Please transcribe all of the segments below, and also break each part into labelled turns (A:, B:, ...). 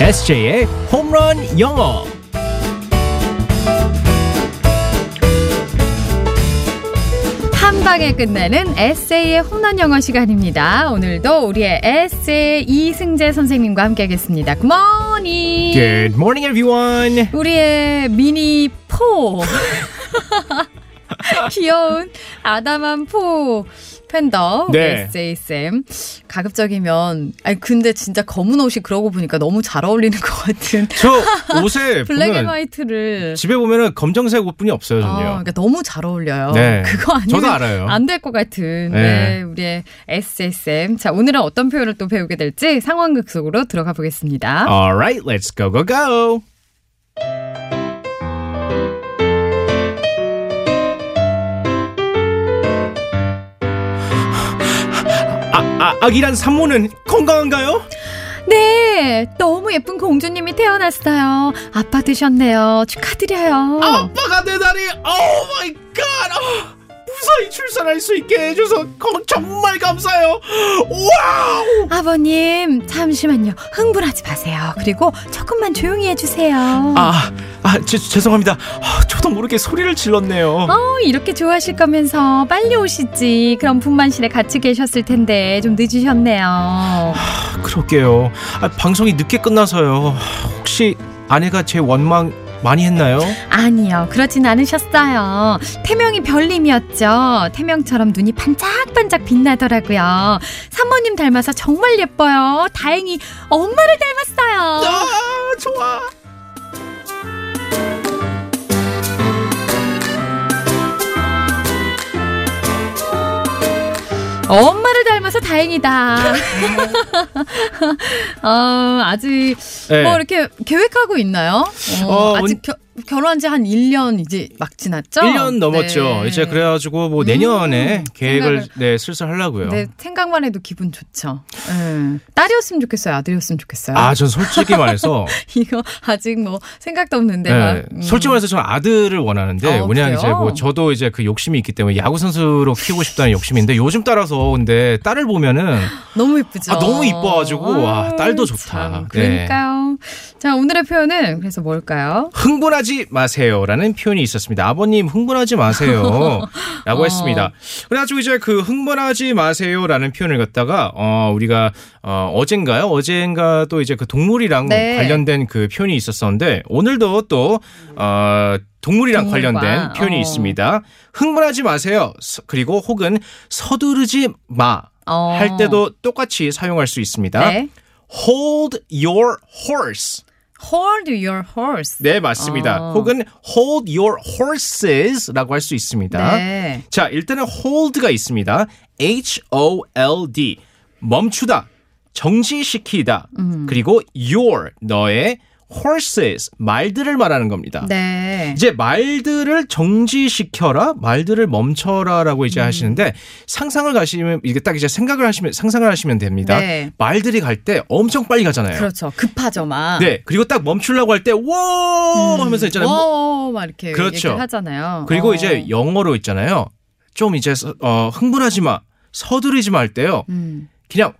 A: SJ의 홈런 영어.
B: 한 방에 끝내는 에세이의 홈런 영어 시간입니다. 오늘도 우리의 에세이 이승재 선생님과 함께하겠습니다. 굿모닝.
A: Good morning, everyone.
B: 우리의 미니 포. 귀여운 아담한 포 팬더
A: 네.
B: 에세이 쌤 가급적이면 아니 근데 진짜 검은 옷이 그러고 보니까 너무 잘 어울리는 것 같은
A: 저 옷에
B: 블랙 앤
A: 보면
B: 화이트를
A: 집에 보면은 검정색 옷뿐이 없어요,
B: 어,
A: 전요.
B: 그러니까 너무 잘 어울려요.
A: 네.
B: 그거 아니면
A: 저도 알아요.
B: 안 될 것 같은
A: 네.
B: 네. 우리의 SSM. 자 오늘은 어떤 표현을 또 배우게 될지 상황극 속으로 들어가 보겠습니다.
A: All right, let's go, go, go. 아, 아, 아기란 산모는 건강한가요?
B: 어. 네, 너무 예쁜 공주님이 태어났어요. 아빠 되셨네요. 축하드려요.
A: 아빠가 내 다리, 오 마이 갓! 아, 무사히 출산할 수 있게 해줘서 거- 정말 감사해요. 와우!
B: 아버님 잠시만요. 흥분하지 마세요. 그리고 조금만 조용히 해주세요.
A: 아, 아 제, 죄송합니다. 아, 저도 모르게 소리를 질렀네요.
B: 어, 이렇게 좋아하실 거면서 빨리 오시지. 그럼 분만실에 같이 계셨을 텐데 좀 늦으셨네요.
A: 그럴게요. 아, 방송이 늦게 끝나서요. 혹시 아내가 제 원망 많이 했나요?
B: 어? 아니요, 그렇진 않으셨어요. 태명이 별님이었죠. 태명처럼 눈이 반짝반짝 빛나더라고요. 사모님 닮아서 정말 예뻐요. 다행히 엄마를 닮았어요.
A: 아, 좋아.
B: 엄마를 닮아서 다행이다. 어, 아직
A: 네.
B: 뭐 이렇게 계획하고 있나요? 어,
A: 어,
B: 아직 겨- 결혼한 지 한 1년 이제 막 지났죠?
A: 1년 넘었죠.
B: 네.
A: 이제 그래가지고 뭐 내년에
B: 음,
A: 계획을
B: 생각을-
A: 네, 슬슬 하려고요.
B: 네, 생각만 해도 기분 좋죠. 예. 딸이었으면 좋겠어요. 아들이었으면 좋겠어요.
A: 아, 전 솔직히 말해서
B: 이거 아직 뭐 생각도 없는데
A: 네,
B: 막, 음.
A: 솔직히 말해서 저는 아들을 원하는데
B: 어,
A: 왜냐면 이제
B: 그래요?
A: 뭐 저도 이제 그 욕심이 있기 때문에 야구 선수로 키우고 싶다는 욕심인데 요즘 따라서 근데 딸을 보면은
B: 너무 예쁘죠.
A: 아, 너무 이뻐가지고, 와,
B: 아유,
A: 딸도 좋다. 네.
B: 그러니까요. 자 오늘의 표현은 그래서 뭘까요?
A: 흥분하지 마세요라는 표현이 있었습니다. 아버님 흥분하지 마세요라고
B: 어.
A: 했습니다. 그래가지고 이제 그 흥분하지 마세요라는 표현을 갖다가 어 우리가 어 어젠가요? 어젠가 또 이제 그 동물이랑
B: 네.
A: 관련된 그 표현이 있었었는데 오늘도 또어 동물이랑
B: 동물과,
A: 관련된 표현이
B: 어.
A: 있습니다. 흥분하지 마세요. 서- 그리고 혹은 서두르지 마.
B: 어.
A: 할 때도 똑같이 사용할 수 있습니다.
B: 네.
A: Hold your horse.
B: Hold your horse.
A: 네, 맞습니다.
B: 어.
A: 혹은 hold your horses라고 할 수 있습니다.
B: 네.
A: 자, 일단은 hold가 있습니다. H O L D. 멈추다. 정지시키다.
B: 음.
A: 그리고 your 너의 horses 말들을 말하는 겁니다.
B: 네.
A: 아. 이제 말들을 정지시켜라, 말들을 멈춰라라고 이제
B: 음.
A: 하시는데 상상을 가시면 이게 딱 이제 생각을 하시면 상상을 하시면 됩니다.
B: 네.
A: 말들이 갈 때 엄청 빨리 가잖아요.
B: 그렇죠. 급하죠, 막.
A: 네. 그리고 딱 멈추려고 할 때,
B: 음.
A: 워! 하면서 있잖아요. 뭐
B: 오, 막 이렇게
A: 그렇죠.
B: 얘기를 하잖아요.
A: 그리고
B: 어.
A: 이제 영어로 있잖아요. 좀 이제, 서- 어, 흥분하지 마. 서두르지 마 할 때요.
B: 음.
A: 그냥,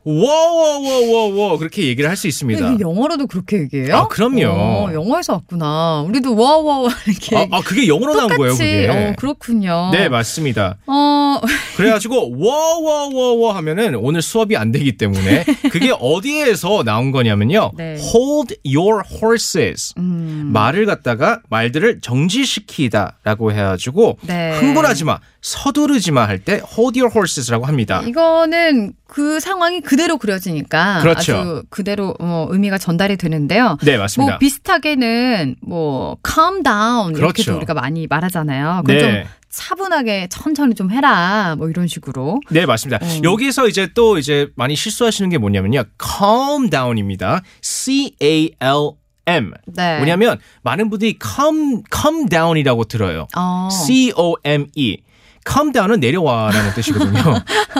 A: 워워워워워 그렇게 얘기를 할 수
B: 근데
A: 있습니다.
B: 그 영어로도 그렇게 얘기해요?
A: 아, 그럼요.
B: 어, 영어에서 왔구나. 우리도 와와와 이렇게.
A: 아, 아, 그게 영어로 나온 거예요,
B: 똑같이.
A: 그게.
B: 어, 그렇군요.
A: 네, 맞습니다.
B: 어,
A: 그래가지고, 워워워워 하면은 오늘 수업이 안 되기 때문에 그게 어디에서 나온 거냐면요.
B: 네.
A: Hold your horses.
B: 음.
A: 말을 갖다가 말들을 정지시키다라고 해가지고
B: 네.
A: 흥분하지 마, 서두르지 마 할 때 hold your horses라고 합니다.
B: 이거는 그 상황이 그대로 그려지니까
A: 그렇죠.
B: 아주 그대로 어, 의미가 전달이 되는데요.
A: 네
B: 뭐
A: 맞습니다.
B: 비슷하게는 뭐 calm down 이렇게도
A: 그렇죠.
B: 우리가 많이 말하잖아요. 그건 좀
A: 네,
B: 차분하게 천천히 좀 해라 뭐 이런 식으로.
A: 네 맞습니다.
B: 음.
A: 여기서 이제 또 이제 많이 실수하시는 게 뭐냐면요, calm down입니다. C A L M.
B: 네.
A: 뭐냐면 많은 분들이 calm calm down이라고 들어요.
B: 어.
A: C O M E. calm down은 내려와라는 뜻이거든요.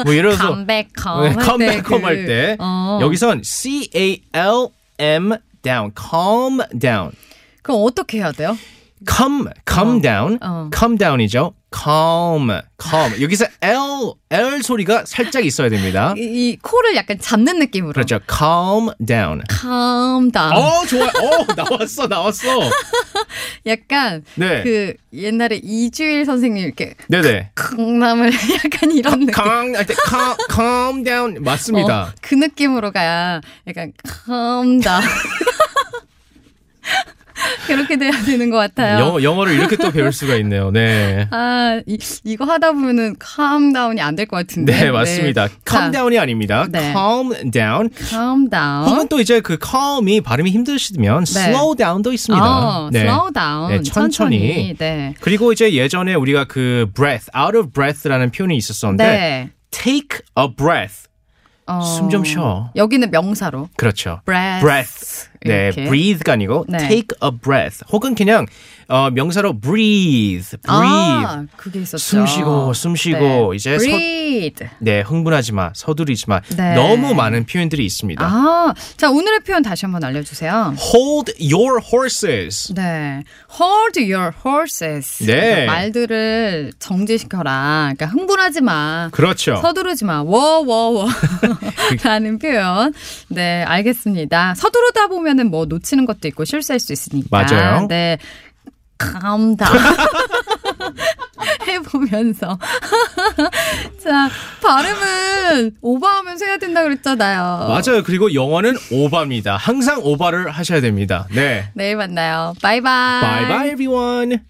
A: 뭐 예를 들어서
B: 컴백컴
A: 네,
B: 할 때.
A: 컴백컴
B: 그-
A: 할 때.
B: 어.
A: 여기선 C A L M down, calm down.
B: 그럼 어떻게 해야 돼요?
A: come, come down,
B: 어.
A: come down이죠. calm, calm. 여기서 l, l 소리가 살짝 있어야 됩니다.
B: 이, 이 코를 약간 잡는 느낌으로.
A: 그렇죠. calm down.
B: calm down.
A: 어, 좋아. 어, 나왔어, 나왔어.
B: 약간
A: 네.
B: 그 옛날에 이주일 선생님 이렇게
A: 네네.
B: 강남을 약간 이런 느낌.
A: calm, 아, calm, calm down. 맞습니다.
B: 어, 그 느낌으로 가야 약간 calm down. 그렇게 돼야 되는 것 같아요.
A: 영어, 영어를 이렇게 또 배울 수가 있네요. 네.
B: 아, 이, 이거 하다 보면은 calm down이 안 될 것 같은데.
A: 네, 맞습니다. calm down이 아닙니다.
B: 네. 어?
A: calm down.
B: calm down.
A: 혹은 또 이제 그 calm이 발음이 힘드시면 slow down도 있습니다.
B: 네. 어, slow down.
A: 네, 천천히.
B: 천천히. 네.
A: 그리고 이제 예전에 우리가 그 breath, out of breath라는 표현이 있었었는데
B: 네. 어,
A: take a breath. 숨좀 쉬어.
B: 여기는 명사로.
A: 그렇죠.
B: breath.
A: breath. 네,
B: 이렇게.
A: breathe가 아니고
B: 네.
A: take a breath. 혹은 그냥 어, 명사로 breathe, breathe.
B: 아, 그게 있었죠. 네.
A: 숨 쉬고, 숨 쉬고, 이제 서-
B: breathe.
A: 네, 흥분하지 마, 서두르지 마.
B: 네.
A: 너무 많은 표현들이 있습니다.
B: 아, 자 오늘의 표현 다시 한번 알려주세요.
A: Hold your horses.
B: 네, hold your horses.
A: 네.
B: 그러니까 말들을 정지시켜라. 그러니까 흥분하지 마.
A: 그렇죠.
B: 서두르지 마. 워워워라는 표현. 네, 알겠습니다. 서두르다 보면은 뭐 놓치는 것도 있고 실수할 수 있으니까.
A: 맞아요.
B: 네. calm down 해보면서 자 발음은 오버하면서 해야 된다 그랬잖아요.
A: 맞아요. 그리고 영어는 오바입니다. 항상 오바를 하셔야 됩니다. 네.
B: 내일 만나요. 바이바이. 아.
A: Bye bye everyone.